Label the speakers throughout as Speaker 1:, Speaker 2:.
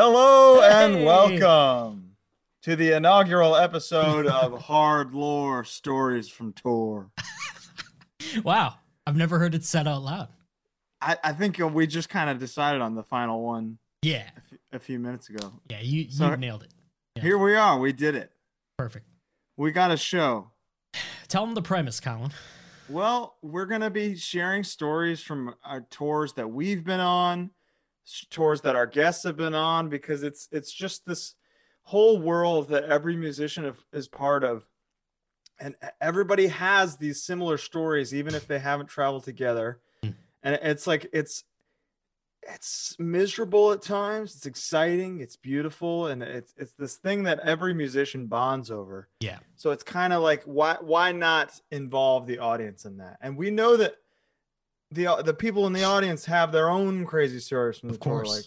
Speaker 1: Hello and
Speaker 2: Hey.
Speaker 1: welcome to the inaugural episode of Hard Lore Stories from Tor.
Speaker 2: Wow. I've never heard it said out loud.
Speaker 1: I, I think we just kind of decided on the final one
Speaker 2: Yeah.
Speaker 1: a few- a few minutes ago.
Speaker 2: Yeah. You, you
Speaker 1: Sorry.
Speaker 2: nailed it. Yeah.
Speaker 1: Here we are. We did it.
Speaker 2: Perfect.
Speaker 1: We got a show.
Speaker 2: Tell them the premise, Colin.
Speaker 1: Well, we're going to be sharing stories from our tours that we've been on, s- tours that our guests have been on because it's it's just this whole world that every musician of- is part of. And e- everybody has these similar stories even if they haven't traveled together.
Speaker 2: Mm.
Speaker 1: And it's like it's it's miserable at times, it's exciting, it's beautiful and it's it's this thing that every musician bonds over. So it's kind of like why why not involve the audience in that? And we know that the the people in the audience have their own crazy stories from the
Speaker 2: Of
Speaker 1: tour.
Speaker 2: course.
Speaker 1: Like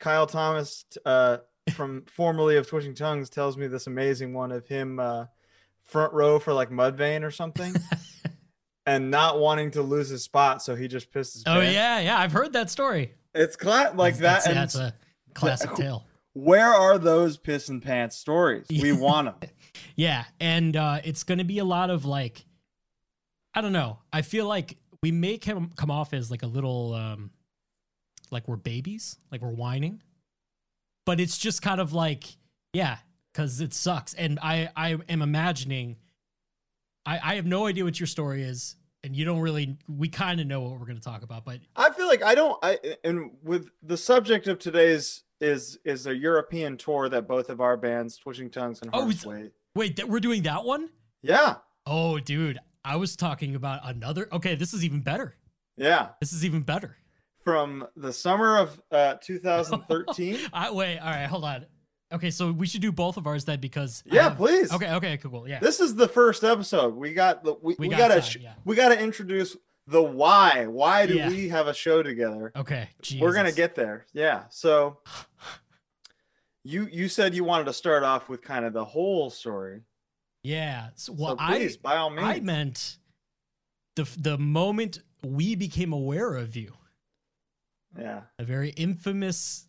Speaker 1: Kyle Thomas t- uh, from formerly of Twitching Tongues tells me this amazing one of him uh, front row for like Mudvayne or something, and not wanting to lose his spot, so he just pissed his.
Speaker 2: Oh,
Speaker 1: pants.
Speaker 2: yeah. Yeah. I've heard that story.
Speaker 1: it's cla- like
Speaker 2: That's-
Speaker 1: that. And
Speaker 2: That's, that's a classic tale.
Speaker 1: where are those piss and pants stories? We want them.
Speaker 2: Yeah. And uh, it's going to be a lot of like, I don't know. I feel like we make him come off as like a little, um, like we're babies, like we're whining. But it's just kind of like, yeah, because it sucks. And I, I am imagining, I, I have no idea what your story is. And you don't really, we kind of know what we're going to talk about, but
Speaker 1: I feel like I don't. I and with the subject of today's is is a European tour that both of our bands, Twitching Tongues and
Speaker 2: Oh,
Speaker 1: Harvest
Speaker 2: it's-
Speaker 1: Way.
Speaker 2: wait, that we're doing that one?
Speaker 1: Yeah,
Speaker 2: Oh, dude, I was talking about another. Okay, this is even better.
Speaker 1: yeah.
Speaker 2: This is even better.
Speaker 1: From the summer of uh, 2013.
Speaker 2: I wait. All right, hold on. Okay, so we should do both of ours then because I
Speaker 1: yeah,
Speaker 2: have-
Speaker 1: please.
Speaker 2: Okay, okay, cool, cool. Yeah,
Speaker 1: This is the first episode. We got the we, we,
Speaker 2: We got
Speaker 1: gotta
Speaker 2: time,
Speaker 1: sh-
Speaker 2: yeah.
Speaker 1: we gotta introduce the why. Why do
Speaker 2: Yeah.
Speaker 1: we have a show together?
Speaker 2: okay. Jesus.
Speaker 1: We're gonna get there. Yeah. So you you said you wanted to start off with kind of the whole story.
Speaker 2: Yeah. So, well,
Speaker 1: so please, by all
Speaker 2: I
Speaker 1: means.
Speaker 2: I meant the f- the moment we became aware of you,
Speaker 1: yeah.
Speaker 2: a very infamous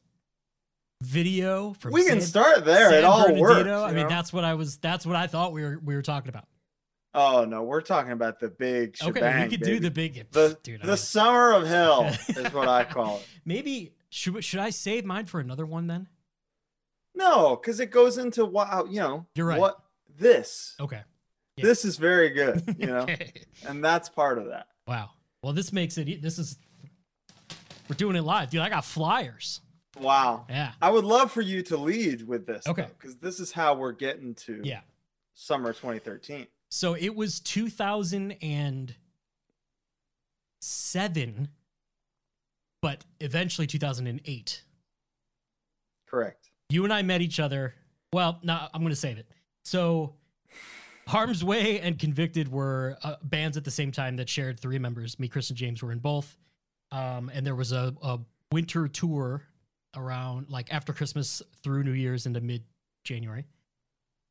Speaker 2: video from
Speaker 1: we can
Speaker 2: San-
Speaker 1: start there.
Speaker 2: San
Speaker 1: it all works.
Speaker 2: Bernardino. I
Speaker 1: you
Speaker 2: mean,
Speaker 1: know?
Speaker 2: that's what I was. That's what I thought we were we were talking about.
Speaker 1: oh no, we're talking about the big shebang.
Speaker 2: okay, we could do the
Speaker 1: baby.
Speaker 2: big
Speaker 1: the
Speaker 2: dude. I
Speaker 1: the
Speaker 2: mean-
Speaker 1: summer of hell is what I call it.
Speaker 2: Maybe should we- should I save mine for another one then?
Speaker 1: No, because it goes into wow, you know,
Speaker 2: You're right.
Speaker 1: what this
Speaker 2: Okay. yeah.
Speaker 1: this is very good, you know,
Speaker 2: okay.
Speaker 1: and that's part of that.
Speaker 2: Wow. Well, this makes it. e- This is. We're doing it live, dude. I got flyers.
Speaker 1: Wow,
Speaker 2: Yeah.
Speaker 1: I would love for you to lead with this,
Speaker 2: Okay.
Speaker 1: because this is how we're getting to
Speaker 2: Yeah.
Speaker 1: summer 2013.
Speaker 2: So it was 2007, but eventually 2008.
Speaker 1: Correct.
Speaker 2: You and I met each other. Well, no, I'm going to save it. So, Harm's Way and Convicted were uh, bands at the same time that shared three members. Me, Chris, and James were in both. Um, and there was a, a winter tour around, like after Christmas through New Year's into mid January.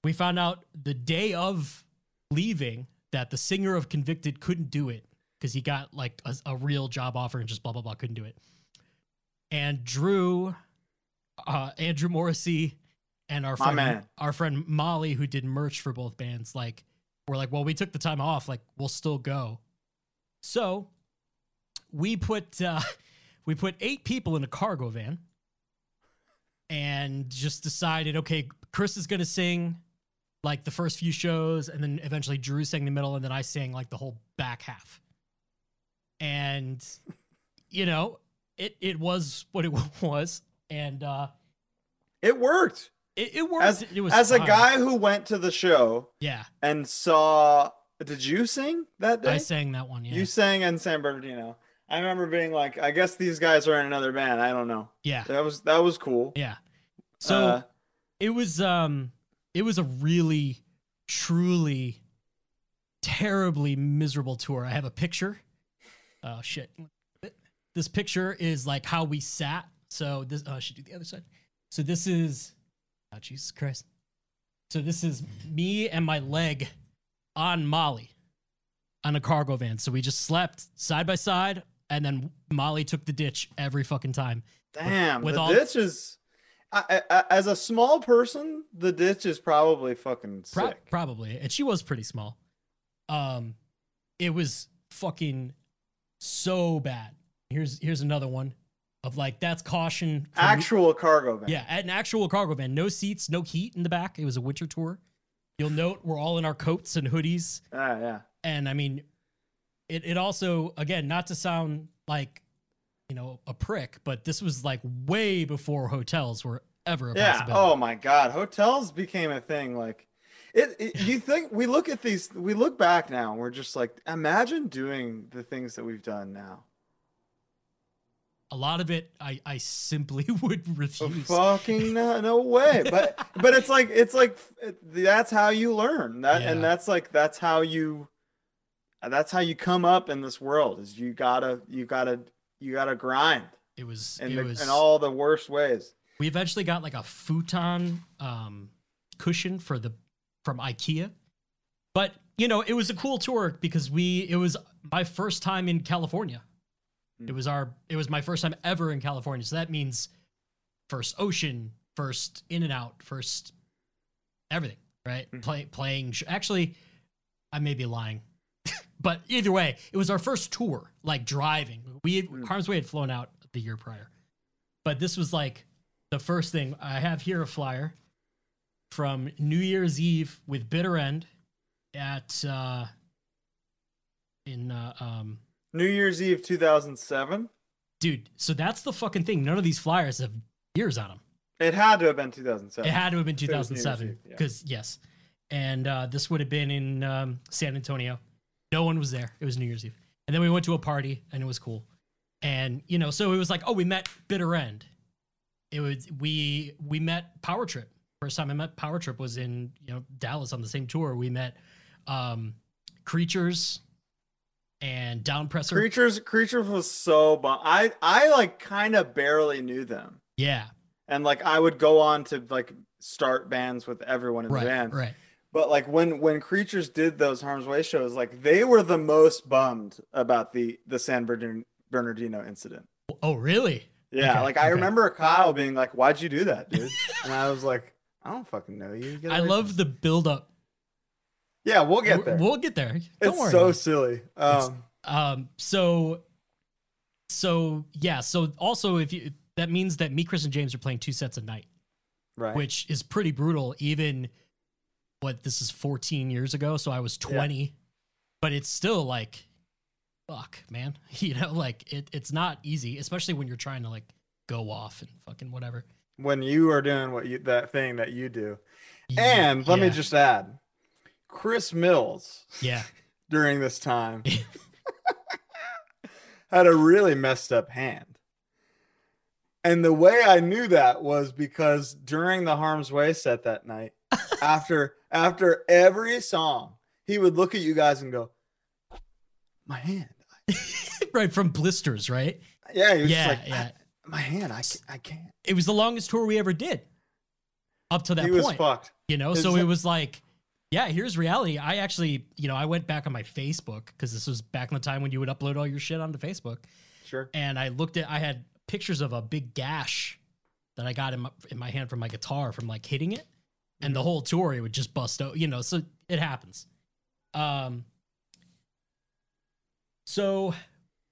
Speaker 2: We found out the day of leaving that the singer of Convicted couldn't do it because he got like a, a real job offer and just blah, blah, blah, couldn't do it. And Drew, uh, Andrew Morrissey, and our
Speaker 1: My
Speaker 2: friend,
Speaker 1: man.
Speaker 2: our friend Molly, who did merch for both bands, like, were like, well, we took the time off, like, we'll still go. So we put, uh, we put eight people in a cargo van and just decided, okay, Chris is going to sing like the first few shows, and then eventually Drew sang the middle, and then I sang like the whole back half. And you know, it it was what it was, and uh,
Speaker 1: It worked
Speaker 2: it, it worked. it was
Speaker 1: as a
Speaker 2: fine.
Speaker 1: guy who went to the show
Speaker 2: Yeah,
Speaker 1: and saw. Did you sing that day?
Speaker 2: I sang that one. Yeah,
Speaker 1: You sang in San Bernardino. I remember being like, I guess these guys are in another band. I don't know.
Speaker 2: yeah,
Speaker 1: That was that was cool.
Speaker 2: yeah. So
Speaker 1: Uh,
Speaker 2: it was um, it was a really, truly, terribly miserable tour. I have a picture. Oh shit! This picture is like how we sat. So this oh, I should do the other side. So this is oh Jesus Christ. So this is me and my leg on Molly on a cargo van. So we just slept side by side, and then Molly took the ditch every fucking time.
Speaker 1: damn,
Speaker 2: with
Speaker 1: the
Speaker 2: all-
Speaker 1: ditch is. I, I, as a small person, the ditch is probably fucking sick.
Speaker 2: Pro- probably, and she was pretty small. Um, it was fucking so bad. Here's here's another one of like that's caution. for-
Speaker 1: Actual cargo van.
Speaker 2: yeah, an actual cargo van, no seats, no heat in the back. It was a winter tour. You'll note we're all in our coats and hoodies.
Speaker 1: Ah, yeah.
Speaker 2: and I mean, it it also again not to sound like you know a prick, but this was like way before hotels were ever a
Speaker 1: Yeah.
Speaker 2: possibility.
Speaker 1: Oh my God. Hotels became a thing. Like, it, it- You think we look at these? We look back now. And we're just like, imagine doing the things that we've done now.
Speaker 2: A lot of it, I I simply would
Speaker 1: Oh,
Speaker 2: refuse.
Speaker 1: fucking no, no way. But but it's like it's like it- that's how you learn that, and
Speaker 2: Yeah.
Speaker 1: that's like that's how you that's how you come up in this world is you gotta you gotta you gotta grind
Speaker 2: It was
Speaker 1: in
Speaker 2: it
Speaker 1: the,
Speaker 2: was.
Speaker 1: in all the worst ways.
Speaker 2: we eventually got like a futon um cushion for the from IKEA, but you know it was a cool tour because we it was my first time in California. It was our it was my first time ever in California. So that means first ocean, first in and out, first everything, right?
Speaker 1: Mhm.
Speaker 2: Play, playing sh- actually I may be lying. but either way, it was our first tour, like driving. We had,
Speaker 1: Mm.
Speaker 2: Harm's Way had flown out the year prior. But this was like the first thing I have here a flyer from New Year's Eve with Bitter End at uh in uh, um
Speaker 1: New Year's Eve two thousand seven.
Speaker 2: dude so that's the fucking thing none of these flyers have years on them
Speaker 1: It had to have been two thousand
Speaker 2: it
Speaker 1: seven.
Speaker 2: had to have been
Speaker 1: New Year's
Speaker 2: 2007
Speaker 1: Eve, yeah.
Speaker 2: because yes and uh, this would have been in um, san antonio no one was there it was new year's eve and then we went to a party and it was cool and you know so it was like oh we met bitter end it was we we met power trip first time i met power trip was in you know dallas on the same tour we met um creatures and downpressor
Speaker 1: Creatures Creatures was so bon- I I like kind of barely knew them.
Speaker 2: yeah
Speaker 1: And like I would go on to like start bands with everyone in
Speaker 2: right
Speaker 1: the band.
Speaker 2: right
Speaker 1: But like when when creatures did those harm's way shows, like they were the most bummed about the the San Bernardino, Bernardino incident.
Speaker 2: oh really
Speaker 1: Yeah,
Speaker 2: Okay,
Speaker 1: like I
Speaker 2: okay.
Speaker 1: remember Kyle being like, "Why'd you do that, dude?" and I was like, "I don't fucking know you." Get
Speaker 2: I
Speaker 1: away
Speaker 2: love
Speaker 1: from
Speaker 2: the build up.
Speaker 1: me." Yeah, we'll get there.
Speaker 2: We'll get there. Don't
Speaker 1: it's
Speaker 2: worry.
Speaker 1: so
Speaker 2: about it.
Speaker 1: silly.
Speaker 2: It's-
Speaker 1: Um,
Speaker 2: um so so yeah, so also if you that means that me, Chris, and James are playing two sets a night,
Speaker 1: right.
Speaker 2: which is pretty brutal, even what this is 14 years ago, so I was 20. But it's still like fuck, man. You know, like it, it's not easy, especially when you're trying to like go off and fucking whatever.
Speaker 1: when you are doing what you that thing that you do, and let me
Speaker 2: Yeah,
Speaker 1: just add, Chris Mills
Speaker 2: Yeah.
Speaker 1: during this time had a really messed up hand. And the way I knew that was because during the Harm's Way set that night, after after every song, he would look at you guys and go, "My hand."
Speaker 2: right from blisters, right?
Speaker 1: Yeah, he was
Speaker 2: yeah,
Speaker 1: just like,
Speaker 2: yeah.
Speaker 1: "My hand, I ca- I can't."
Speaker 2: it was the longest tour we ever did up to that
Speaker 1: he was
Speaker 2: point
Speaker 1: fucked.
Speaker 2: you know
Speaker 1: It
Speaker 2: so
Speaker 1: was-
Speaker 2: it was like yeah here's reality i actually you know i went back on my facebook because this was back in the time when you would upload all your shit onto facebook
Speaker 1: Sure.
Speaker 2: and i looked at i had pictures of a big gash that i got in my, in my hand from my guitar from like hitting it and the whole tour it would just bust out you know so it happens um so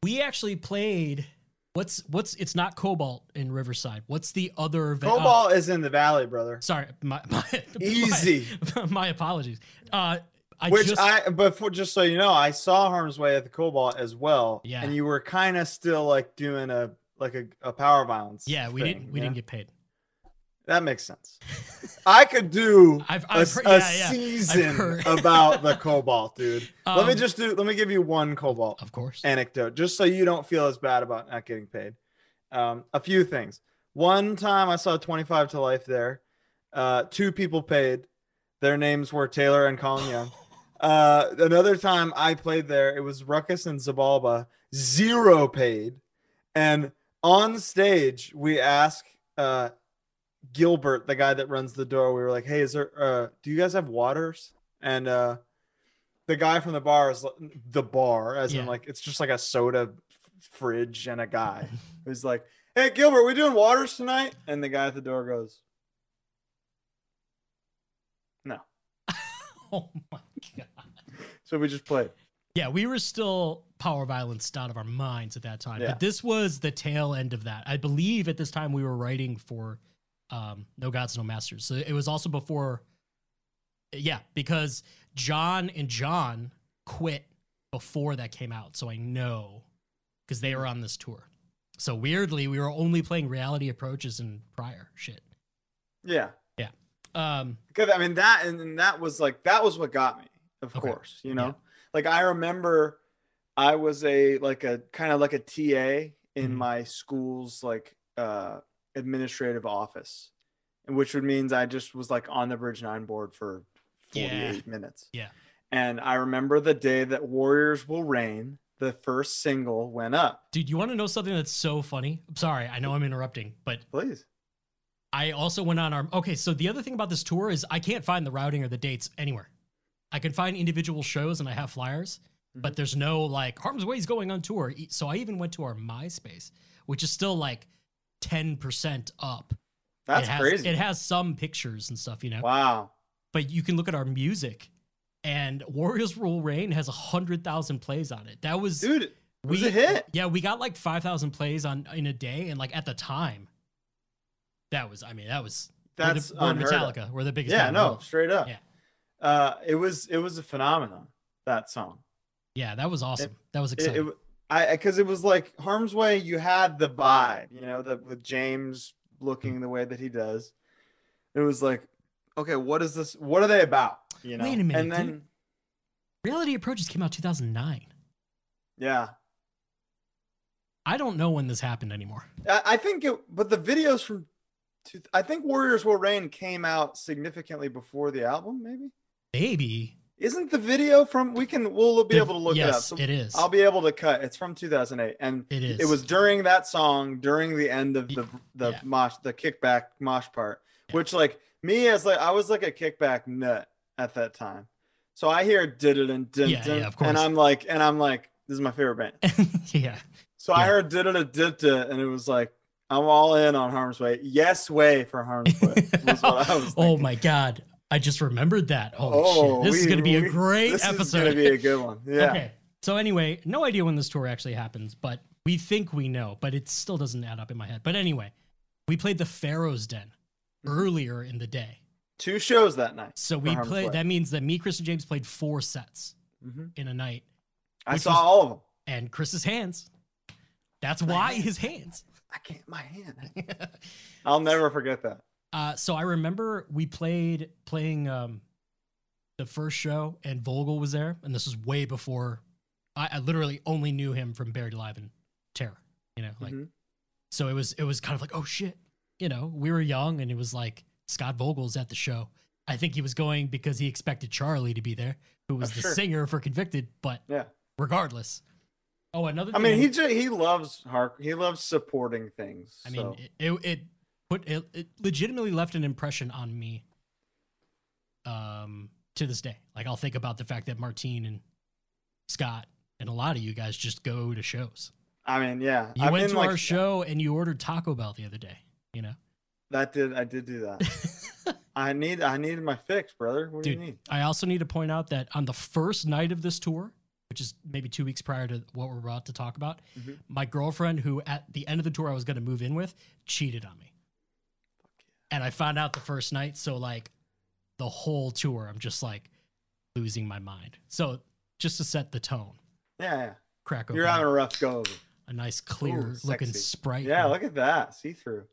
Speaker 2: we actually played what's what's it's not cobalt in riverside what's the other ve- uh,
Speaker 1: Cobalt is in the valley, brother.
Speaker 2: Sorry, my, my
Speaker 1: Easy.
Speaker 2: My, apologies. Uh, I
Speaker 1: Which
Speaker 2: just
Speaker 1: I, but for, just so you know, I saw Harm's Way at the Cobalt as well.
Speaker 2: Yeah.
Speaker 1: And you were kind of still like doing a like a, a power violence.
Speaker 2: yeah, we
Speaker 1: thing,
Speaker 2: didn't we
Speaker 1: yeah?
Speaker 2: didn't get paid.
Speaker 1: That makes sense. I could do
Speaker 2: I've,
Speaker 1: a,
Speaker 2: I've heard,
Speaker 1: a
Speaker 2: yeah, yeah. I've
Speaker 1: season
Speaker 2: heard.
Speaker 1: about the Cobalt, dude. let me
Speaker 2: Um,
Speaker 1: just do. Let me give you one Cobalt
Speaker 2: of course.
Speaker 1: anecdote, just so you don't feel as bad about not getting paid. Um, a few things. One time I saw 25 to life there. Uh, two people paid. Their names were Taylor and Colin Young. Uh, another time I played there, it was Ruckus and Zabalba. Zero paid. And on stage, we asked uh, Gilbert, the guy that runs the door, we were like, hey, is there, uh, do you guys have waters? And uh, the guy from the bar is l- the bar, as
Speaker 2: Yeah.
Speaker 1: in like, it's just like a soda f- fridge and a guy who's like, hey Gilbert, we doing waters tonight? And the guy at the door goes, No.
Speaker 2: oh my god.
Speaker 1: So we just played.
Speaker 2: Yeah, we were still power violence out of our minds at that time.
Speaker 1: Yeah.
Speaker 2: But this was the tail end of that. I believe at this time we were writing for um, No Gods, No Masters. So it was also before, yeah, because John and John quit before that came out. So I know because they were on this tour. So weirdly, we were only playing reality approaches and prior shit.
Speaker 1: Yeah.
Speaker 2: Um,
Speaker 1: Because I mean that and, and that was like that was what got me, of
Speaker 2: Okay.
Speaker 1: course. You know?
Speaker 2: Yeah.
Speaker 1: Like I remember I was a like a kind of like a TA in
Speaker 2: Mhm.
Speaker 1: my school's like uh administrative office, which would means I just was like on the Bridge Nine board for 48 minutes.
Speaker 2: Yeah.
Speaker 1: And I remember the day that Warriors Will Reign, the first single, went up.
Speaker 2: dude, you want to know something that's so funny? I'm sorry, I know I'm interrupting, but
Speaker 1: Please.
Speaker 2: I also went on our. Okay, so the other thing about this tour is I can't find the routing or the dates anywhere. I can find individual shows and I have flyers,
Speaker 1: Mm-hmm.
Speaker 2: but there's no like Harm's Way's going on tour. E- So I even went to our MySpace, which is still like 10% up.
Speaker 1: That's
Speaker 2: it has,
Speaker 1: crazy.
Speaker 2: It has some pictures and stuff, you know?
Speaker 1: wow.
Speaker 2: But you can look at our music and Warriors Rule Reign has 100,000 plays on it. That was.
Speaker 1: Dude, it was a hit.
Speaker 2: Yeah, we got like five thousand plays on in a day, and like at the time, that was I mean that was we're the-
Speaker 1: That's
Speaker 2: we're
Speaker 1: unheard of.
Speaker 2: Metallica. We're the biggest.
Speaker 1: Yeah,
Speaker 2: band in the
Speaker 1: no,
Speaker 2: world.
Speaker 1: straight up.
Speaker 2: Yeah.
Speaker 1: Uh, it was it was a phenomenon that song.
Speaker 2: Yeah, that was awesome. that was
Speaker 1: It,
Speaker 2: exciting.
Speaker 1: it I because it was like Harm's Way. You had the vibe, you know, that with James looking the way that he does. It was like, okay, what is this? What are they about? You know,
Speaker 2: Wait a minute,
Speaker 1: and then
Speaker 2: dude. Reality Approaches came out two thousand nine.
Speaker 1: yeah,
Speaker 2: I don't know when this happened anymore.
Speaker 1: I, I think it. But the videos from, two, I think Warriors Will Reign came out significantly before the album. Maybe
Speaker 2: Maybe
Speaker 1: isn't the video from? We can we'll be
Speaker 2: The-
Speaker 1: able to look it up.
Speaker 2: yes,
Speaker 1: So
Speaker 2: it is.
Speaker 1: I'll be able to cut. It's from 2008, and
Speaker 2: It is.
Speaker 1: It was during that song, during the end of the the
Speaker 2: Yeah.
Speaker 1: mosh, the kickback mosh part,
Speaker 2: Yeah.
Speaker 1: which like me as like I was like a kickback nut at that time, so I hear did it and did
Speaker 2: Yeah, yeah, of course.
Speaker 1: and I'm like, and I'm like, this is my favorite band.
Speaker 2: yeah,
Speaker 1: So I
Speaker 2: Yeah.
Speaker 1: heard did it did and it was like. I'm all in on Harm's Way. Yes, way for Harm's Way. was what I was
Speaker 2: oh
Speaker 1: thinking.
Speaker 2: my god, I just remembered that. Holy
Speaker 1: Oh,
Speaker 2: shit, this is
Speaker 1: we-
Speaker 2: gonna be a
Speaker 1: we-
Speaker 2: great
Speaker 1: this
Speaker 2: episode.
Speaker 1: is gonna be a good one. Yeah.
Speaker 2: Okay. So anyway, no idea when this tour actually happens, but we think we know, but it still doesn't add up in my head. But anyway, we played the Pharaoh's Den earlier in the day.
Speaker 1: Two shows that night.
Speaker 2: So
Speaker 1: for
Speaker 2: we
Speaker 1: Harm's Way.
Speaker 2: played that means that me, Chris, and James played four sets
Speaker 1: Mhm.
Speaker 2: in a night.
Speaker 1: I
Speaker 2: which
Speaker 1: saw
Speaker 2: was-
Speaker 1: all of them.
Speaker 2: And Chris's hands. That's why his hands.
Speaker 1: I can't. My hand. I'll never forget that.
Speaker 2: Uh, so I remember we played playing um, the first show, and Vogel was there, and this was way before I, I literally only knew him from Buried Alive and Terror. You know, like
Speaker 1: Mhm.
Speaker 2: so it was it was kind of like oh shit, you know, we were young, and it was like Scott Vogel's at the show. I think he was going because he expected Charlie to be there, who was
Speaker 1: Oh,
Speaker 2: the
Speaker 1: sure.
Speaker 2: singer for Convicted. But
Speaker 1: Yeah.
Speaker 2: regardless, oh another.
Speaker 1: I
Speaker 2: thing
Speaker 1: mean, he ju- he loves Hark. He loves supporting things.
Speaker 2: I mean,
Speaker 1: so.
Speaker 2: it, it, it put it, it legitimately left an impression on me. Um, to this day, like I'll think about the fact that Martine and Scott and a lot of you guys just go to shows.
Speaker 1: I mean, yeah.
Speaker 2: You
Speaker 1: I
Speaker 2: went
Speaker 1: mean,
Speaker 2: to
Speaker 1: like,
Speaker 2: our show and you ordered Taco Bell the other day. You know,
Speaker 1: That did I did do that. I need I needed my fix, brother. What
Speaker 2: dude.
Speaker 1: do you need?
Speaker 2: I also need to point out that on the first night of this tour, which is maybe two weeks prior to what we're about to talk about,
Speaker 1: Mhm.
Speaker 2: my girlfriend, who at the end of the tour I was going to move in with, cheated on me. and I found out the first night. So like the whole tour, I'm just like losing my mind. So just to set the tone,
Speaker 1: Yeah, yeah.
Speaker 2: crack open
Speaker 1: You're having a rough go. Of it.
Speaker 2: a nice clear looking
Speaker 1: sexy.
Speaker 2: sprite.
Speaker 1: Yeah, look at that see through.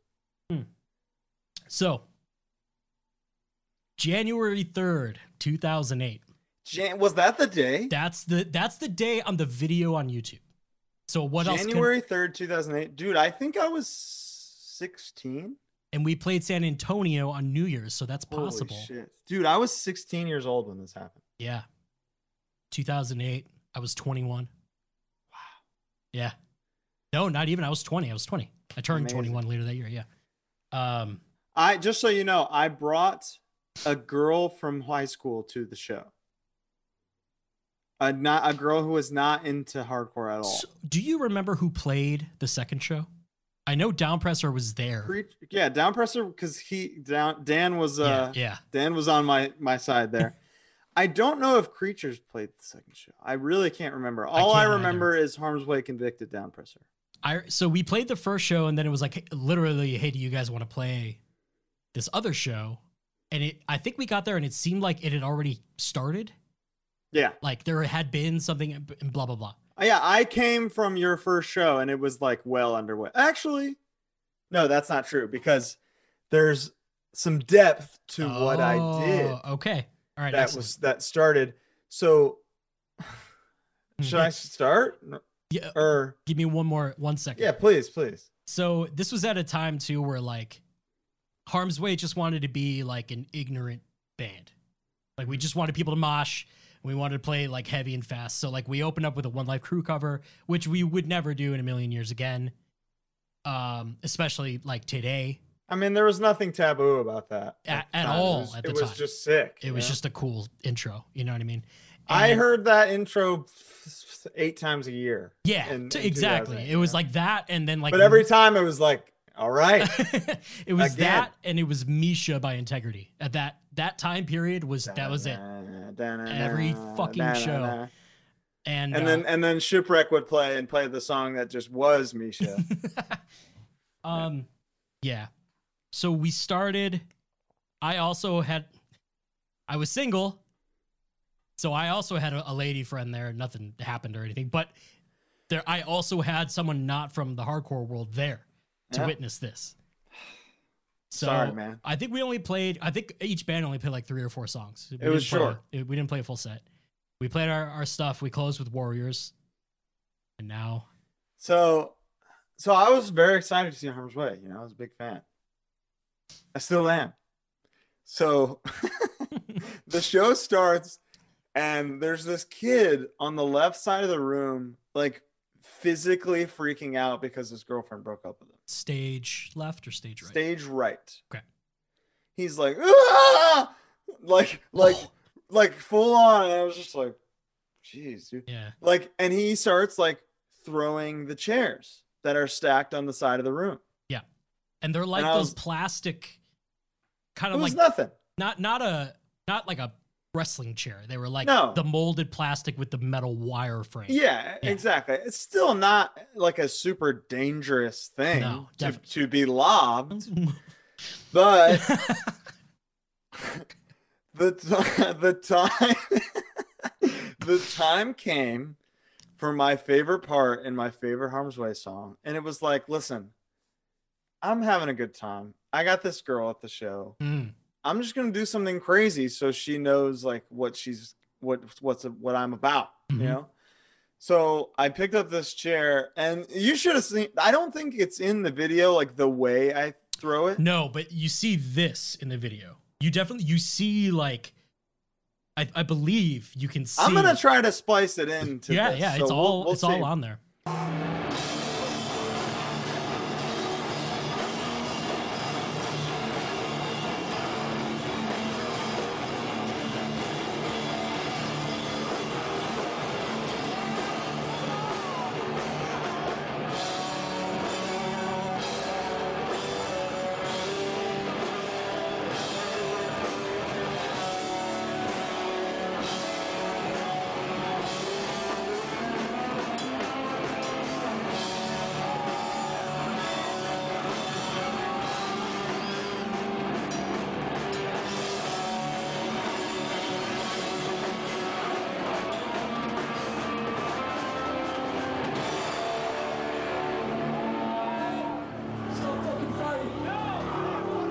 Speaker 2: So January 3rd, 2008.
Speaker 1: Jan- was that the day?
Speaker 2: That's the that's the day on the video on YouTube. So what else can-
Speaker 1: January third, two thousand eight. Dude, I think I was sixteen.
Speaker 2: and we played San Antonio on New Year's, so that's possible.
Speaker 1: Holy shit, dude! I was sixteen years old when this happened.
Speaker 2: Yeah. 2008, I was 21. Wow. Yeah. No, not even. I was 20. I was 20. I turned
Speaker 1: Amazing.
Speaker 2: 21 later that year. Yeah. Um,
Speaker 1: I just so you know, I brought a girl from high school to the show. A not a girl who was not into hardcore at all.
Speaker 2: so do you remember who played the second show? I know Downpressor was there.
Speaker 1: Preach, yeah, Downpressor because he down Dan was uh
Speaker 2: yeah, yeah.
Speaker 1: Dan was on my my side there. I don't know if Creatures played the second show. I really can't remember. All I,
Speaker 2: can't
Speaker 1: remember is Harm's Way convicted Downpressor.
Speaker 2: I so we played the first show and then it was like hey, literally, hey, do you guys want to play this other show? And it, I think we got there and it seemed like it had already started.
Speaker 1: Yeah,
Speaker 2: Like there had been something and blah blah blah.
Speaker 1: Uh, yeah. I came from your first show and it was like well underway. Actually, no, that's not true because there's some depth to what I did.
Speaker 2: Oh, Okay. All right.
Speaker 1: that
Speaker 2: excellent.
Speaker 1: was that started. So
Speaker 2: Mm.
Speaker 1: should I start? No-
Speaker 2: Yeah.
Speaker 1: Or
Speaker 2: Give me one more one second.
Speaker 1: yeah, please, please.
Speaker 2: So this was at a time too where like Harm's Way just wanted to be like an ignorant band. Like
Speaker 1: Mm-hmm.
Speaker 2: we just wanted people to mosh. and We wanted to play like heavy and fast. So like we opened up with a One Life Crew cover, which we would never do in a million years again. Um, especially like today
Speaker 1: I mean, there was nothing taboo about that
Speaker 2: at,
Speaker 1: the
Speaker 2: at
Speaker 1: time.
Speaker 2: all
Speaker 1: It was,
Speaker 2: at
Speaker 1: it
Speaker 2: the
Speaker 1: was
Speaker 2: time.
Speaker 1: just sick.
Speaker 2: it
Speaker 1: you
Speaker 2: was
Speaker 1: know?
Speaker 2: just a cool intro. You know what I mean?
Speaker 1: I
Speaker 2: And-
Speaker 1: heard that intro f- f- eight times a year.
Speaker 2: Yeah,
Speaker 1: in-
Speaker 2: t-
Speaker 1: in
Speaker 2: exactly.
Speaker 1: 2008,
Speaker 2: It was
Speaker 1: yeah.
Speaker 2: like that, and then like
Speaker 1: but every time it was like, all right,
Speaker 2: it was
Speaker 1: Again.
Speaker 2: that and it was Misha by Integrity. At that that time period was that was it. Every fucking show. And,
Speaker 1: And
Speaker 2: uh,
Speaker 1: then and then shipwreck would play and play the song that just was Misha.
Speaker 2: um yeah. So we started I also had I was single. So I also had a, a lady friend there. Nothing happened or anything, but there I also had someone not from the hardcore world there to
Speaker 1: Yeah.
Speaker 2: witness this. So
Speaker 1: Sorry, man.
Speaker 2: I think we only played. I think each band only played like three or four songs. We
Speaker 1: was
Speaker 2: didn't play-
Speaker 1: short.
Speaker 2: it- we didn't play a full set. We played our, our stuff. We closed with Warriors, and now
Speaker 1: So, so I was very excited to see Harm's Way. You know, I was a big fan. I still am. So, the show starts, and there's this kid on the left side of the room, like physically freaking out because his girlfriend broke up with him.
Speaker 2: stage left or stage right.
Speaker 1: Stage right.
Speaker 2: Okay.
Speaker 1: He's like, "Ah!" like, like, like full on. And I was just like, "Jeez, dude."
Speaker 2: yeah,
Speaker 1: like and he starts like throwing the chairs that are stacked on the side of the room
Speaker 2: and they're like
Speaker 1: And I
Speaker 2: those
Speaker 1: was-
Speaker 2: plastic,
Speaker 1: it
Speaker 2: kind of
Speaker 1: was
Speaker 2: like
Speaker 1: nothing
Speaker 2: not not a not like a wrestling chair. They were like
Speaker 1: No.
Speaker 2: the molded plastic with the metal wire frame.
Speaker 1: yeah,
Speaker 2: Yeah.
Speaker 1: exactly it's still not like a super dangerous thing
Speaker 2: No,
Speaker 1: to,
Speaker 2: definitely.
Speaker 1: to be lobbed but the t- the time the time came for my favorite part in my favorite harm's way song and it was like listen i'm having a good time i got this girl at the show
Speaker 2: Mm,
Speaker 1: I'm just gonna do something crazy so she knows like what she's what what's what I'm about,
Speaker 2: Mhm.
Speaker 1: you know. So I picked up this chair, and you should have seen. I don't think it's in the video like the way I throw it.
Speaker 2: No, but you see this in the video. You definitely you see like I, I believe you can see
Speaker 1: I'm gonna try to splice it into.
Speaker 2: Yeah,
Speaker 1: this,
Speaker 2: yeah,
Speaker 1: so we'll-
Speaker 2: it's all
Speaker 1: we'll
Speaker 2: it's
Speaker 1: see.
Speaker 2: all on there.
Speaker 3: Stop fucking fighting!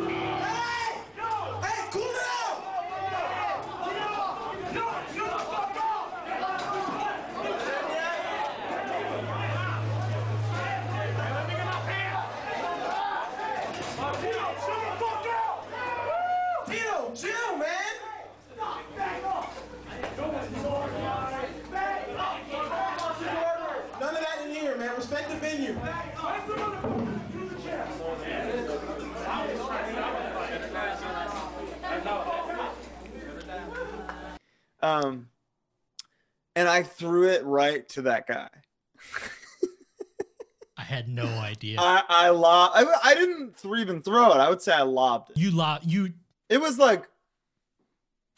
Speaker 4: Hey! Hey, cool down! Tito, chill, man! None of that in here, man. Respect the venue.
Speaker 1: Um, and I threw it right to that guy.
Speaker 2: I had no idea.
Speaker 1: I I lob. I, I didn't th- even throw it. I would say I lobbed it.
Speaker 2: you lo- you
Speaker 1: It was like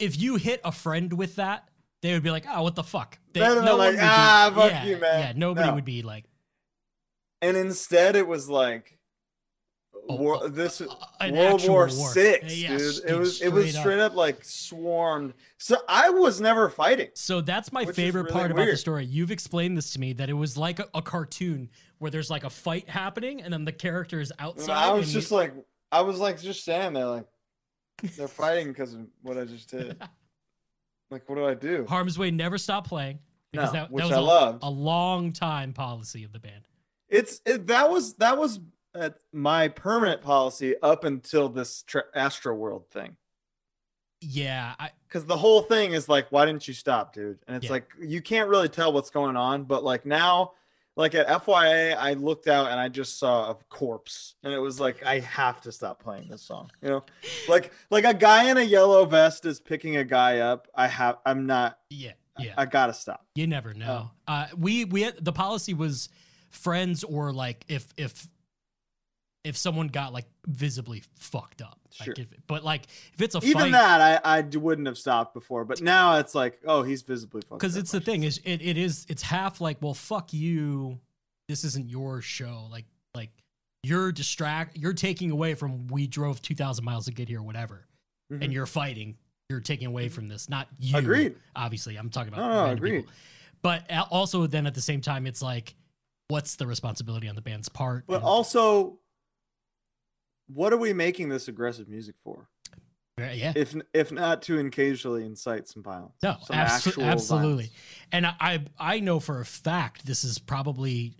Speaker 2: if you hit a friend with that, they would be like, "Oh, what the fuck?" They,
Speaker 1: They'd have been like,
Speaker 2: one would be-
Speaker 1: "Ah, fuck
Speaker 2: yeah,
Speaker 1: you, man."
Speaker 2: Yeah, nobody
Speaker 1: No.
Speaker 2: would be like,
Speaker 1: and instead it was like
Speaker 2: Oh,
Speaker 1: wor-
Speaker 2: oh,
Speaker 1: this
Speaker 2: uh, an
Speaker 1: World
Speaker 2: actual
Speaker 1: War
Speaker 2: war.
Speaker 1: Six,
Speaker 2: Yeah,
Speaker 1: dude.
Speaker 2: dude,
Speaker 1: It was it was
Speaker 2: straight up.
Speaker 1: straight up. like swarmed. So I was never fighting.
Speaker 2: So that's my
Speaker 1: Which is
Speaker 2: favorite
Speaker 1: really
Speaker 2: part about the
Speaker 1: weird.
Speaker 2: story. You've explained this to me that it was like a, a cartoon where there's like a fight happening and then the character is
Speaker 1: And
Speaker 2: outside.
Speaker 1: I was
Speaker 2: and
Speaker 1: just like I was like just standing there like they're fighting because of what I just did. Like what do I do?
Speaker 2: Harm's Way never stopped playing
Speaker 1: No,
Speaker 2: because that, that
Speaker 1: which
Speaker 2: was
Speaker 1: I
Speaker 2: a-
Speaker 1: loved.
Speaker 2: a long time policy of the band.
Speaker 1: It's it, that was that was uh, my permanent policy up until this tra- Astro World thing.
Speaker 2: Yeah, I,
Speaker 1: because the whole thing is like, why didn't you stop, dude? And it's
Speaker 2: Yeah.
Speaker 1: like you can't really tell what's going on, but like now, like at FYA, I looked out and I just saw a corpse, and it was like I have to stop playing this song, you know, like like a guy in a yellow vest is picking a guy up. I have, I'm not,
Speaker 2: yeah,
Speaker 1: I-
Speaker 2: yeah.
Speaker 1: I, gotta stop.
Speaker 2: You never know.
Speaker 1: Oh.
Speaker 2: Uh, we we had, the policy was friends or like if if if someone got like visibly fucked up.
Speaker 1: Sure.
Speaker 2: Like if, but like if it's a
Speaker 1: Even
Speaker 2: fight,
Speaker 1: that, I I d- wouldn't have stopped before, but now it's like, oh, he's visibly fucked.
Speaker 2: because
Speaker 1: up.
Speaker 2: it's the thing is it, it is it's half like well fuck you, this isn't your show like like you're distract you're taking away from we drove two thousand miles to get here whatever
Speaker 1: Mhm.
Speaker 2: and you're fighting you're taking away from this not you
Speaker 1: Mm-hmm. Agreed.
Speaker 2: obviously I'm talking about
Speaker 1: No, no,
Speaker 2: random
Speaker 1: agreed.
Speaker 2: people. but al- also then at the same time it's like what's the responsibility on the band's part
Speaker 1: But
Speaker 2: And
Speaker 1: also, what are we making this aggressive music for?
Speaker 2: yeah
Speaker 1: if if not to occasionally incite some violence.
Speaker 2: no
Speaker 1: some
Speaker 2: abso-
Speaker 1: actual
Speaker 2: Oh, absolutely
Speaker 1: violence.
Speaker 2: and I, I I know for a fact this is probably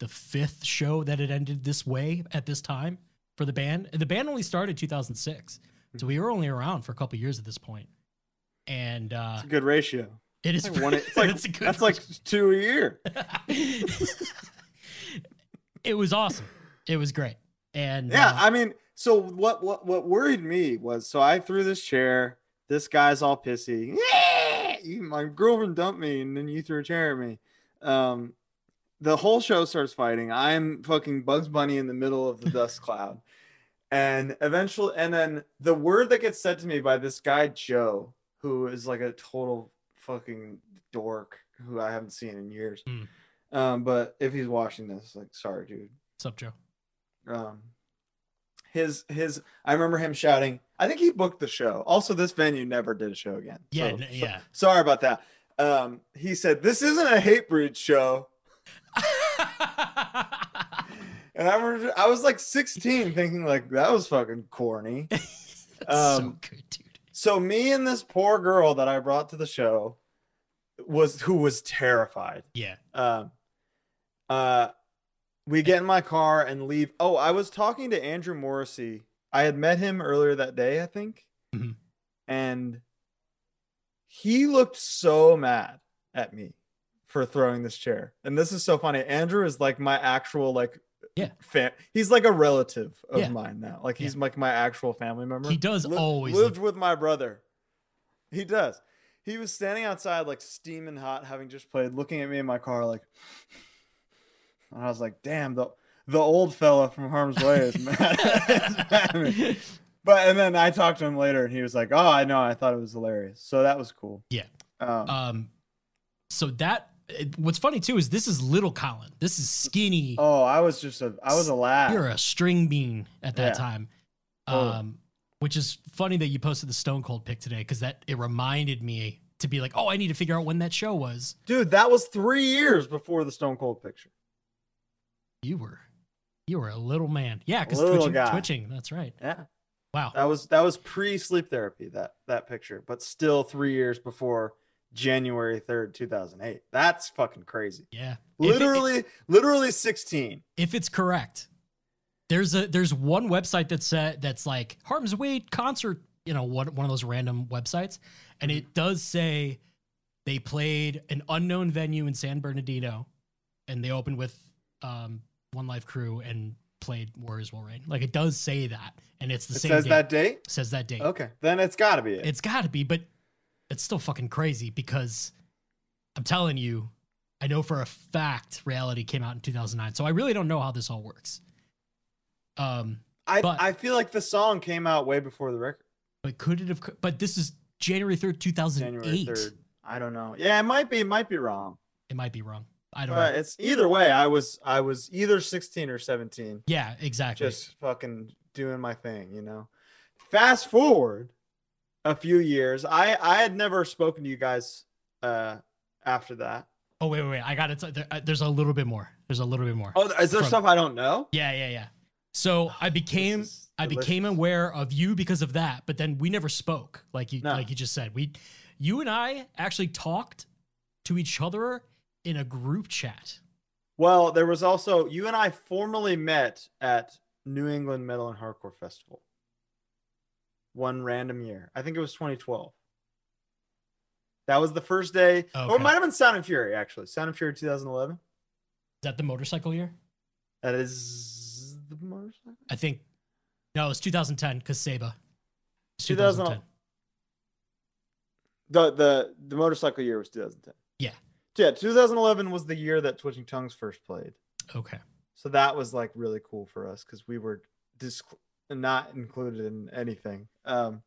Speaker 2: the fifth show that it ended this way at this time for the band and the band only started 2006 so we were only around for a couple years at this point and uh
Speaker 1: It's a good ratio.
Speaker 2: it is
Speaker 1: It's like one. e, It's like,
Speaker 2: it's a good
Speaker 1: that's like two a year.
Speaker 2: it was awesome it was great and
Speaker 1: Yeah,
Speaker 2: uh,
Speaker 1: I mean, so what what what worried me was so I threw this chair. This guy's all pissy. You- My girlfriend dumped me, and then you threw a chair at me. Um, the whole show starts fighting. I'm fucking Bugs Bunny in the middle of the dust cloud, and eventually, and then the word that gets said to me by this guy Joe, who is like a total fucking dork who I haven't seen in years.
Speaker 2: Mm.
Speaker 1: Um, but if he's watching this, like, sorry, dude
Speaker 2: what's up joe
Speaker 1: um his his i remember him shouting i think he booked the show also this venue never did a show again
Speaker 2: yeah
Speaker 1: so-
Speaker 2: n-
Speaker 1: so-
Speaker 2: yeah
Speaker 1: sorry about that um he said this isn't a hate breed show and i remember i was like 16 thinking like that was fucking corny
Speaker 2: That's so
Speaker 1: Um,
Speaker 2: good dude
Speaker 1: so me and this poor girl that i brought to the show was who was terrified
Speaker 2: yeah
Speaker 1: um uh we get in my car and leave oh i was talking to andrew morrissey i had met him earlier that day i think
Speaker 2: Mhm.
Speaker 1: and he looked so mad at me for throwing this chair and this is so funny andrew is like my actual like
Speaker 2: Yeah.
Speaker 1: fan he's like a relative of
Speaker 2: Yeah.
Speaker 1: mine now like he's like my actual family member
Speaker 2: He does
Speaker 1: Li-
Speaker 2: always
Speaker 1: lived with my brother he does he was standing outside like steaming hot having just played looking at me in my car like and i was like damn the the old fella from harm's way is mad, is mad at me." but and then i talked to him later and he was like oh i know i thought it was hilarious so that was cool
Speaker 2: Yeah.
Speaker 1: um,
Speaker 2: um so that it- what's funny too is this is little colin this is skinny
Speaker 1: oh i was just a i was a lad
Speaker 2: you're a string bean at
Speaker 1: Yeah.
Speaker 2: that
Speaker 1: Oh.
Speaker 2: time
Speaker 1: Totally.
Speaker 2: um which is funny that you posted the stone cold pick today because that it reminded me to be like oh i need to figure out when that show was
Speaker 1: dude that was three years before the stone cold picture
Speaker 2: you were you were a little man yeah because
Speaker 1: Little
Speaker 2: twitching,
Speaker 1: guy.
Speaker 2: twitching that's right
Speaker 1: yeah
Speaker 2: wow
Speaker 1: That was that was pre sleep therapy that that picture, but still three years before January third, two thousand eight. That's fucking crazy.
Speaker 2: yeah If it-
Speaker 1: Literally, literally sixteen.
Speaker 2: if it's correct there's a there's one website that said that's like harm's way concert you know one, one of those random websites and it
Speaker 1: Mm-hmm.
Speaker 2: does say they played an unknown venue in san bernardino and they opened with um one life crew and played warriors will rain like it does say that and it's the
Speaker 1: It
Speaker 2: same
Speaker 1: says
Speaker 2: date.
Speaker 1: that date.
Speaker 2: says that date
Speaker 1: Okay, then it's got to be it.
Speaker 2: it's gotta be but it's still fucking crazy because i'm telling you I know for a fact Reality came out in 2009. So I really don't know how this all works. Um,
Speaker 1: I
Speaker 2: But-
Speaker 1: I feel like the song came out way before the record.
Speaker 2: but could it have? co- But this is January 3rd, 2008.
Speaker 1: January third. I don't know. Yeah, it might be. It might be wrong.
Speaker 2: It might be wrong. I don't
Speaker 1: But
Speaker 2: know.
Speaker 1: it's either way. I was I was either sixteen or seventeen,
Speaker 2: Yeah, exactly.
Speaker 1: just fucking doing my thing, you know. Fast forward a few years. I I had never spoken to you guys uh after that.
Speaker 2: oh wait, wait, wait. I got it. There, uh, there's a little bit more. There's a little bit more.
Speaker 1: Oh, is there
Speaker 2: From-
Speaker 1: stuff I don't know?
Speaker 2: Yeah, yeah, yeah. So I became
Speaker 1: is
Speaker 2: I became
Speaker 1: delicious.
Speaker 2: aware of you because of that, but then we never spoke. Like you
Speaker 1: No.
Speaker 2: like you just said. We you and I actually talked to each other in a group chat.
Speaker 1: Well, there was also you and I formally met at New England Metal and Hardcore Festival. One random year. I think it was 2012. That was the first day. Or it
Speaker 2: Okay.
Speaker 1: might have been Sound and Fury, actually. Sound and Fury 2011.
Speaker 2: Is that the motorcycle year?
Speaker 1: That is the motorcycle.
Speaker 2: I think no, it's 2010 cuz Saba.
Speaker 1: 2000 The, the the motorcycle year was 2010.
Speaker 2: Yeah.
Speaker 1: Yeah, 2011 was the year that Twitching Tongues first played.
Speaker 2: Okay.
Speaker 1: So that was like really cool for us because we were dis- not included in anything. Um,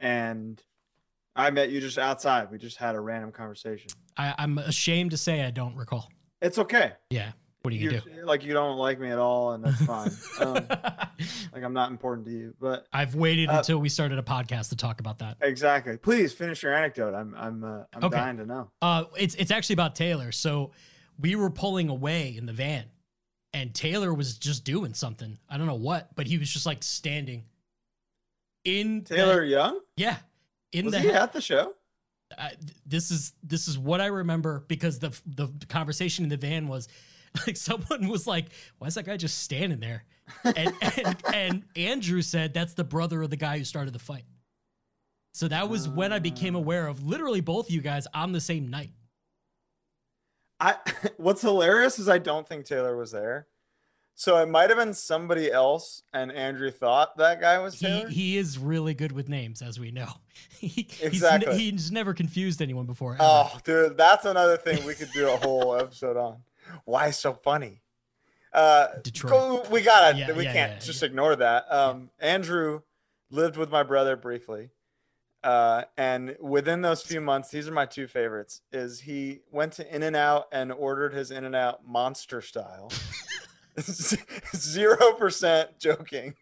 Speaker 1: and I met you just outside. We just had a random conversation.
Speaker 2: I I'm ashamed to say I don't recall.
Speaker 1: It's okay.
Speaker 2: Yeah. What are you
Speaker 1: You're-
Speaker 2: going to do?
Speaker 1: Like you don't like me at all, and that's fine. um, like I'm not important to you, but
Speaker 2: I've waited
Speaker 1: uh,
Speaker 2: until we started a podcast to talk about that.
Speaker 1: exactly. Please finish your anecdote. I'm I'm uh, I'm
Speaker 2: Okay.
Speaker 1: dying to know.
Speaker 2: Uh, it's it's actually about Taylor. So we were pulling away in the van, and Taylor was just doing something. I don't know what, but he was just like standing in the-
Speaker 1: Taylor Young
Speaker 2: yeah, in
Speaker 1: was
Speaker 2: the.
Speaker 1: he at the show?
Speaker 2: I- th- this is this is what I remember because the the conversation in the van was like someone was like, "Why is that guy just standing there?" And and, and Andrew said, "That's the brother of the guy who started the fight." So that was when I became
Speaker 1: Ah.
Speaker 2: aware of literally both you guys on the same night.
Speaker 1: I what's hilarious is I don't think Taylor was there. So it might have been somebody else, and Andrew thought that guy was
Speaker 2: he,
Speaker 1: Taylor.
Speaker 2: he is really good with names, as we know. he,
Speaker 1: Exactly.
Speaker 2: He's, ne- he's never confused anyone before. ever.
Speaker 1: oh, dude, that's another thing we could do a whole episode on. Why so funny? Uh,
Speaker 2: Detroit.
Speaker 1: go- we gotta,
Speaker 2: Yeah,
Speaker 1: we
Speaker 2: yeah,
Speaker 1: can't
Speaker 2: yeah,
Speaker 1: just
Speaker 2: yeah.
Speaker 1: ignore that. Um, Andrew lived with my brother briefly, uh, and within those few months, these are my two favorites. Is he went to In and Out and ordered his In and Out monster style, zero percent joking.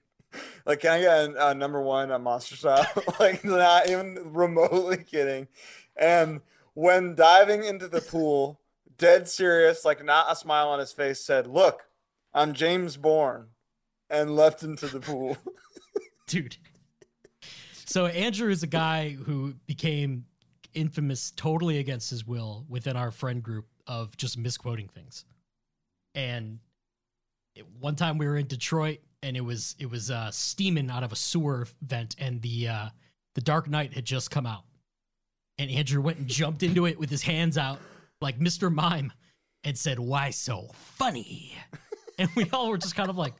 Speaker 1: Like, can I get a, a number one, a monster style? like, not even remotely kidding. And when diving into the pool, dead serious, like not a smile on his face, said, "Look, I'm James Bourne," and left into the pool.
Speaker 2: dude. So Andrew is a guy who became infamous totally against his will within our friend group of just misquoting things. And it- one time we were in Detroit and it was it was uh, steaming out of a sewer vent and the uh, the Dark Knight had just come out. And Andrew went and jumped into it with his hands out like Mr. Mime and said, "Why so funny?" And we all were just kind of like,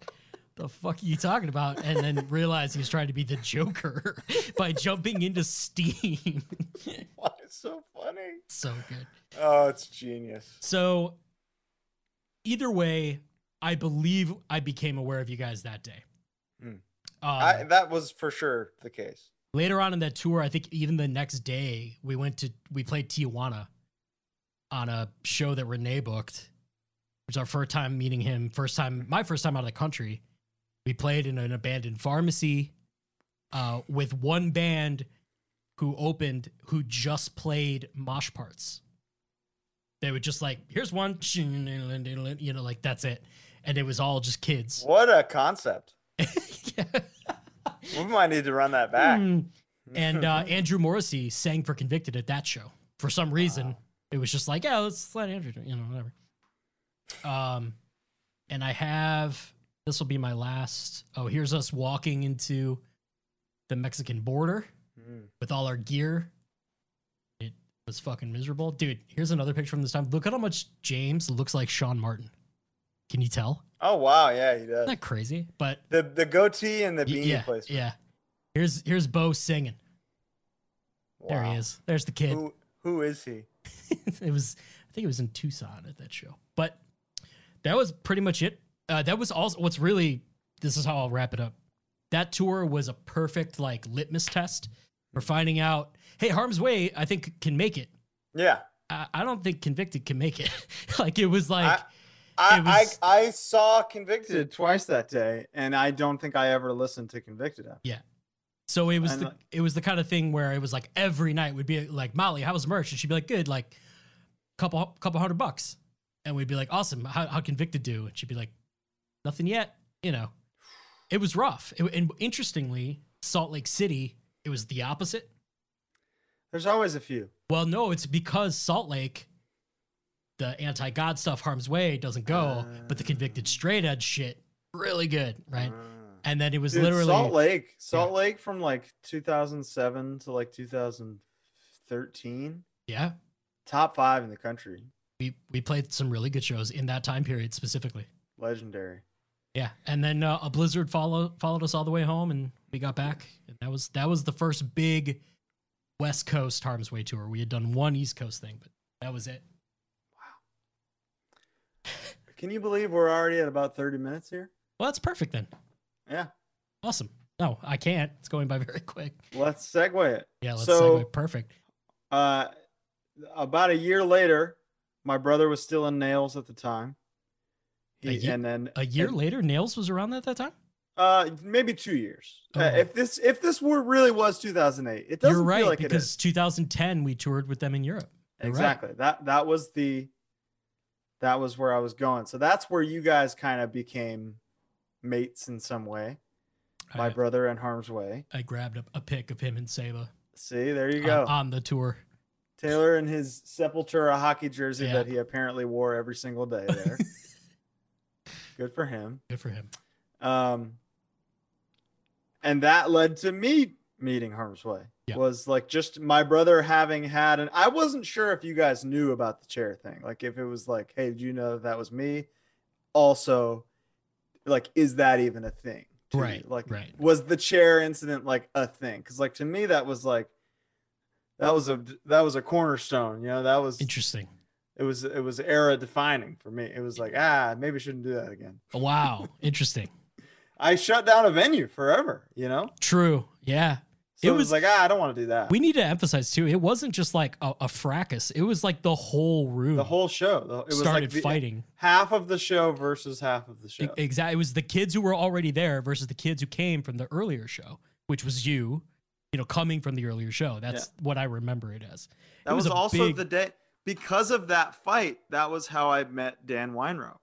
Speaker 2: "The fuck are you talking about?" And then realized he was trying to be the Joker by jumping into steam.
Speaker 1: Why it's so funny?
Speaker 2: so good.
Speaker 1: Oh, it's genius.
Speaker 2: So either way, I believe I became aware of you guys that day.
Speaker 1: Hmm.
Speaker 2: Um,
Speaker 1: I, that was for sure the case.
Speaker 2: later on in that tour, I think even the next day we went to we played Tijuana on a show that Renee booked, which was our first time meeting him, first time my first time out of the country. We played in an abandoned pharmacy uh, with one band who opened who just played mosh parts. They would just like, here's one, you know, like that's it. And it was all just kids.
Speaker 1: What a concept.
Speaker 2: Yeah.
Speaker 1: We might need to run that back.
Speaker 2: Hmm. And uh, Andrew Morrissey sang for Convicted at that show. For some reason,
Speaker 1: Wow.
Speaker 2: it was just like, yeah, let's let Andrew, do it," you know, whatever. Um, and I have this will be my last. Oh, here's us walking into the Mexican border
Speaker 1: Mm.
Speaker 2: with all our gear. It was fucking miserable, dude. Here's another picture from this time. Look at how much James looks like Sean Martin. Can you tell?
Speaker 1: Oh wow, yeah, he
Speaker 2: Isn't
Speaker 1: does.
Speaker 2: that crazy? But
Speaker 1: The the goatee and the
Speaker 2: y-
Speaker 1: beanie
Speaker 2: yeah,
Speaker 1: placement.
Speaker 2: yeah. Here's here's Bo singing. There
Speaker 1: Wow.
Speaker 2: he is. There's the kid.
Speaker 1: Who who is he?
Speaker 2: it was I think it was in Tucson at that show. But that was pretty much it. Uh, that was also what's really. This is how I'll wrap it up. That tour was a perfect like litmus test for finding out. Hey, Harm's Way, I think can make it.
Speaker 1: Yeah.
Speaker 2: I, I don't think Convicted can make it. like it was like.
Speaker 1: I,
Speaker 2: It was-
Speaker 1: I, I saw Convicted twice that day, and I don't think I ever listened to Convicted. after.
Speaker 2: So it was
Speaker 1: And,
Speaker 2: the,
Speaker 1: like-
Speaker 2: it was the kind of thing where it was like every night would be like Molly, how was merch? And she'd be like, good, like couple couple hundred bucks, and we'd be like, awesome. How how convicted do? And she'd be like, nothing yet. You know, it was rough. It- and interestingly, Salt Lake City, it was the opposite.
Speaker 1: There's always a few.
Speaker 2: Well, no, it's because Salt Lake, the anti God stuff, harm's way doesn't go, but the convicted straight edge shit, really good, right?
Speaker 1: Ah.
Speaker 2: And then it was
Speaker 1: Dude,
Speaker 2: literally
Speaker 1: Salt Lake. Salt Lake from like 2007 to like 2013,
Speaker 2: yeah.
Speaker 1: top five in the country,
Speaker 2: We we played some really good shows in that time period specifically.
Speaker 1: legendary.
Speaker 2: Yeah, and then uh, a blizzard follow, followed us all the way home, and we got back. And that was that was the first big West Coast Harm's Way tour. We had done one East Coast thing, but that was it.
Speaker 1: Can you believe we're already at about 30 minutes here?
Speaker 2: Well, that's perfect then.
Speaker 1: Yeah,
Speaker 2: Awesome. No, I can't. It's going by very quick.
Speaker 1: let's segue it.
Speaker 2: Yeah, let's
Speaker 1: So-
Speaker 2: segue. Perfect.
Speaker 1: Uh, about a year later, my brother was still in nails at the time.
Speaker 2: A
Speaker 1: He,
Speaker 2: ye-
Speaker 1: and then
Speaker 2: A year
Speaker 1: and-
Speaker 2: later, Nails was around at that time.
Speaker 1: Uh, maybe two years. Uh,
Speaker 2: Oh.
Speaker 1: if this if this were really was 2008, it doesn't
Speaker 2: You're right
Speaker 1: feel like it
Speaker 2: because
Speaker 1: is.
Speaker 2: 2010 we toured with them in Europe. you're right.
Speaker 1: Exactly. That that was the that was where I was going. So that's where you guys kind of became mates in some way. My
Speaker 2: I,
Speaker 1: brother and Harm's Way.
Speaker 2: I grabbed a, a pic of him and Saba
Speaker 1: See, there you
Speaker 2: on,
Speaker 1: go.
Speaker 2: on the tour.
Speaker 1: Taylor in his Sepultura hockey jersey
Speaker 2: Yeah.
Speaker 1: that he apparently wore every single day there. Good for him.
Speaker 2: Good for him.
Speaker 1: Um, and that led to me meeting Harm's Way.
Speaker 2: Yeah.
Speaker 1: Was like just my brother having had, and I wasn't sure if you guys knew about the chair thing. Like if it was like, hey, do you know that was me? Also, like, is that even a thing? to you?
Speaker 2: Right,
Speaker 1: Like,
Speaker 2: right.
Speaker 1: was the chair incident like a thing? Because like to me, that was like, that was a that was a cornerstone. You know, that was
Speaker 2: Interesting.
Speaker 1: it was it was era defining for me. It was like ah, maybe I shouldn't do that again.
Speaker 2: Wow. Interesting.
Speaker 1: I shut down a venue forever, you know?
Speaker 2: True. Yeah.
Speaker 1: So
Speaker 2: It
Speaker 1: it was,
Speaker 2: was-
Speaker 1: like, ah, I don't want to do that.
Speaker 2: We need to emphasize too. It wasn't just like a, a fracas. It was like the whole room
Speaker 1: the whole show. the- It was
Speaker 2: started
Speaker 1: like the-
Speaker 2: fighting.
Speaker 1: half of the show versus half of the show.
Speaker 2: Exactly. It was the kids who were already there versus the kids who came from the earlier show, which was you, you know, coming from the earlier show. That's what I remember it as.
Speaker 1: that
Speaker 2: was
Speaker 1: was,
Speaker 2: a
Speaker 1: also
Speaker 2: big-
Speaker 1: the day because of that fight. That was how I met Dan Weinrow,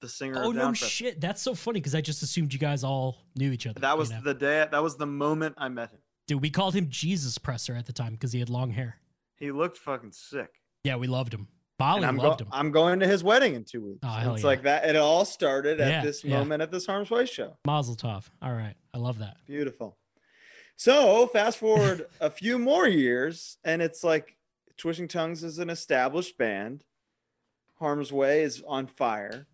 Speaker 1: the singer.
Speaker 2: Oh
Speaker 1: of
Speaker 2: no,
Speaker 1: Downfest.
Speaker 2: shit! That's so funny because I just assumed you guys all knew each other.
Speaker 1: That
Speaker 2: you
Speaker 1: was
Speaker 2: know?
Speaker 1: the day. That was the moment I met him.
Speaker 2: dude. We called him Jesus Presser at the time because he had long hair.
Speaker 1: He looked fucking sick.
Speaker 2: Yeah, we loved him.
Speaker 1: And
Speaker 2: Molly
Speaker 1: I'm, go-
Speaker 2: loved him.
Speaker 1: I'm going to his wedding in two weeks.
Speaker 2: Oh,
Speaker 1: And
Speaker 2: hell
Speaker 1: it's
Speaker 2: yeah.
Speaker 1: like that. It all started
Speaker 2: Yeah,
Speaker 1: at this
Speaker 2: yeah.
Speaker 1: moment at this Harm's Way show.
Speaker 2: Mazel tov. All right, I love that.
Speaker 1: Beautiful. So fast forward a few more years, and it's like Twitching Tongues is an established band. Harm's Way is on fire.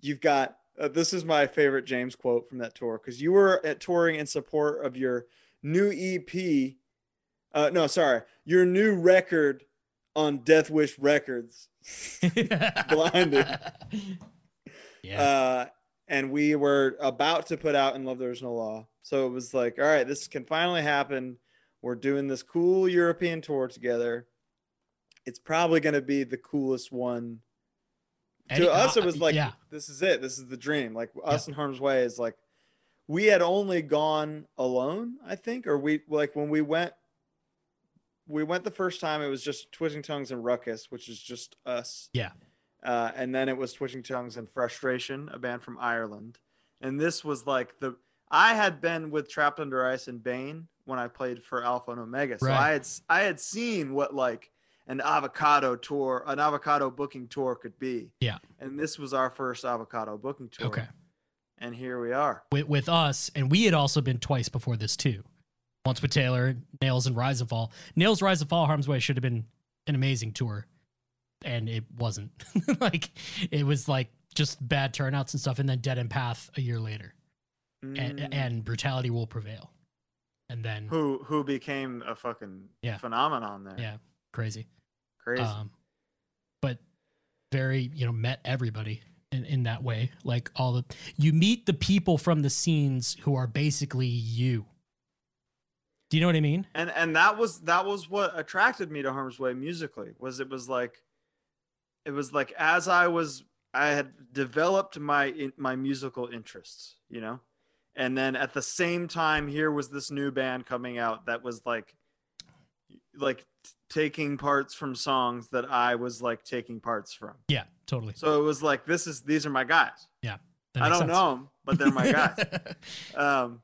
Speaker 1: You've got uh, this is my favorite James quote from that tour because you were at touring in support of your new EP. Uh, no, sorry, your new record on Death Wish Records. Blinded.
Speaker 2: Yeah.
Speaker 1: Uh, and we were about to put out in Love There's No Law. So it was like, all right, this can finally happen. We're doing this cool European tour together. It's probably going to be the coolest one.
Speaker 2: Any-
Speaker 1: to us, it
Speaker 2: uh,
Speaker 1: was like,
Speaker 2: yeah,
Speaker 1: this is it. This is the dream. Like, us in Harm's Way is like, we had only gone alone, I think, or we like when we went. We went the first time. It was just Twitching Tongues and Ruckus, which is just us.
Speaker 2: yeah.
Speaker 1: Uh, and then it was Twitching Tongues and Frustration, a band from Ireland. And this was like the I had been with Trapped Under Ice and Bane when I played for Alpha and Omega, so
Speaker 2: Right.
Speaker 1: I had s- I had seen what like an avocado tour, an avocado booking tour could be.
Speaker 2: Yeah.
Speaker 1: And this was our first avocado booking tour.
Speaker 2: Okay.
Speaker 1: And here we are.
Speaker 2: With, with us, and we had also been twice before this too. Once with Taylor, Nails, and Rise and Fall. Nails, Rise and Fall, Harm's Way should have been an amazing tour, and it wasn't. like it was like just bad turnouts and stuff, and then Dead End Path a year later,
Speaker 1: Mm.
Speaker 2: and, and Brutality will prevail, and then
Speaker 1: Mm, who who became a fucking
Speaker 2: Yeah. Uh,
Speaker 1: phenomenon there?
Speaker 2: yeah, crazy.
Speaker 1: Crazy.
Speaker 2: Um, but very you know met everybody in, in that way. Like all the you meet the people from the scenes who are basically you. Do you know what I mean?
Speaker 1: and and that was that was what attracted me to harm's way musically was it was like it was like as i was i had developed my in, my musical interests you know and then at the same time here was this new band coming out that was like like t- taking parts from songs that i was like taking parts from
Speaker 2: Yeah, totally.
Speaker 1: so it was like this is these are my guys
Speaker 2: That
Speaker 1: i
Speaker 2: makes
Speaker 1: don't 'em,
Speaker 2: sense.
Speaker 1: know them but they're my guys um,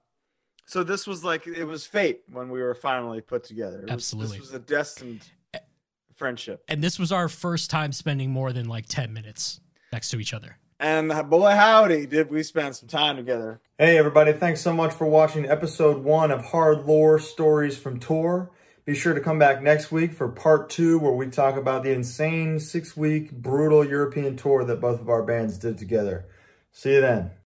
Speaker 1: so this was like it was fate when we were finally put together. It was-
Speaker 2: Absolutely.
Speaker 1: this was a destined friendship,
Speaker 2: and this was our first time spending more than like ten minutes next to each other.
Speaker 1: and boy howdy, did we spend some time together. Hey everybody, thanks so much for watching episode one of Hard Lore Stories from Tor. Be sure to come back next week for part two, where we talk about the insane six-week brutal European tour that both of our bands did together. See you then.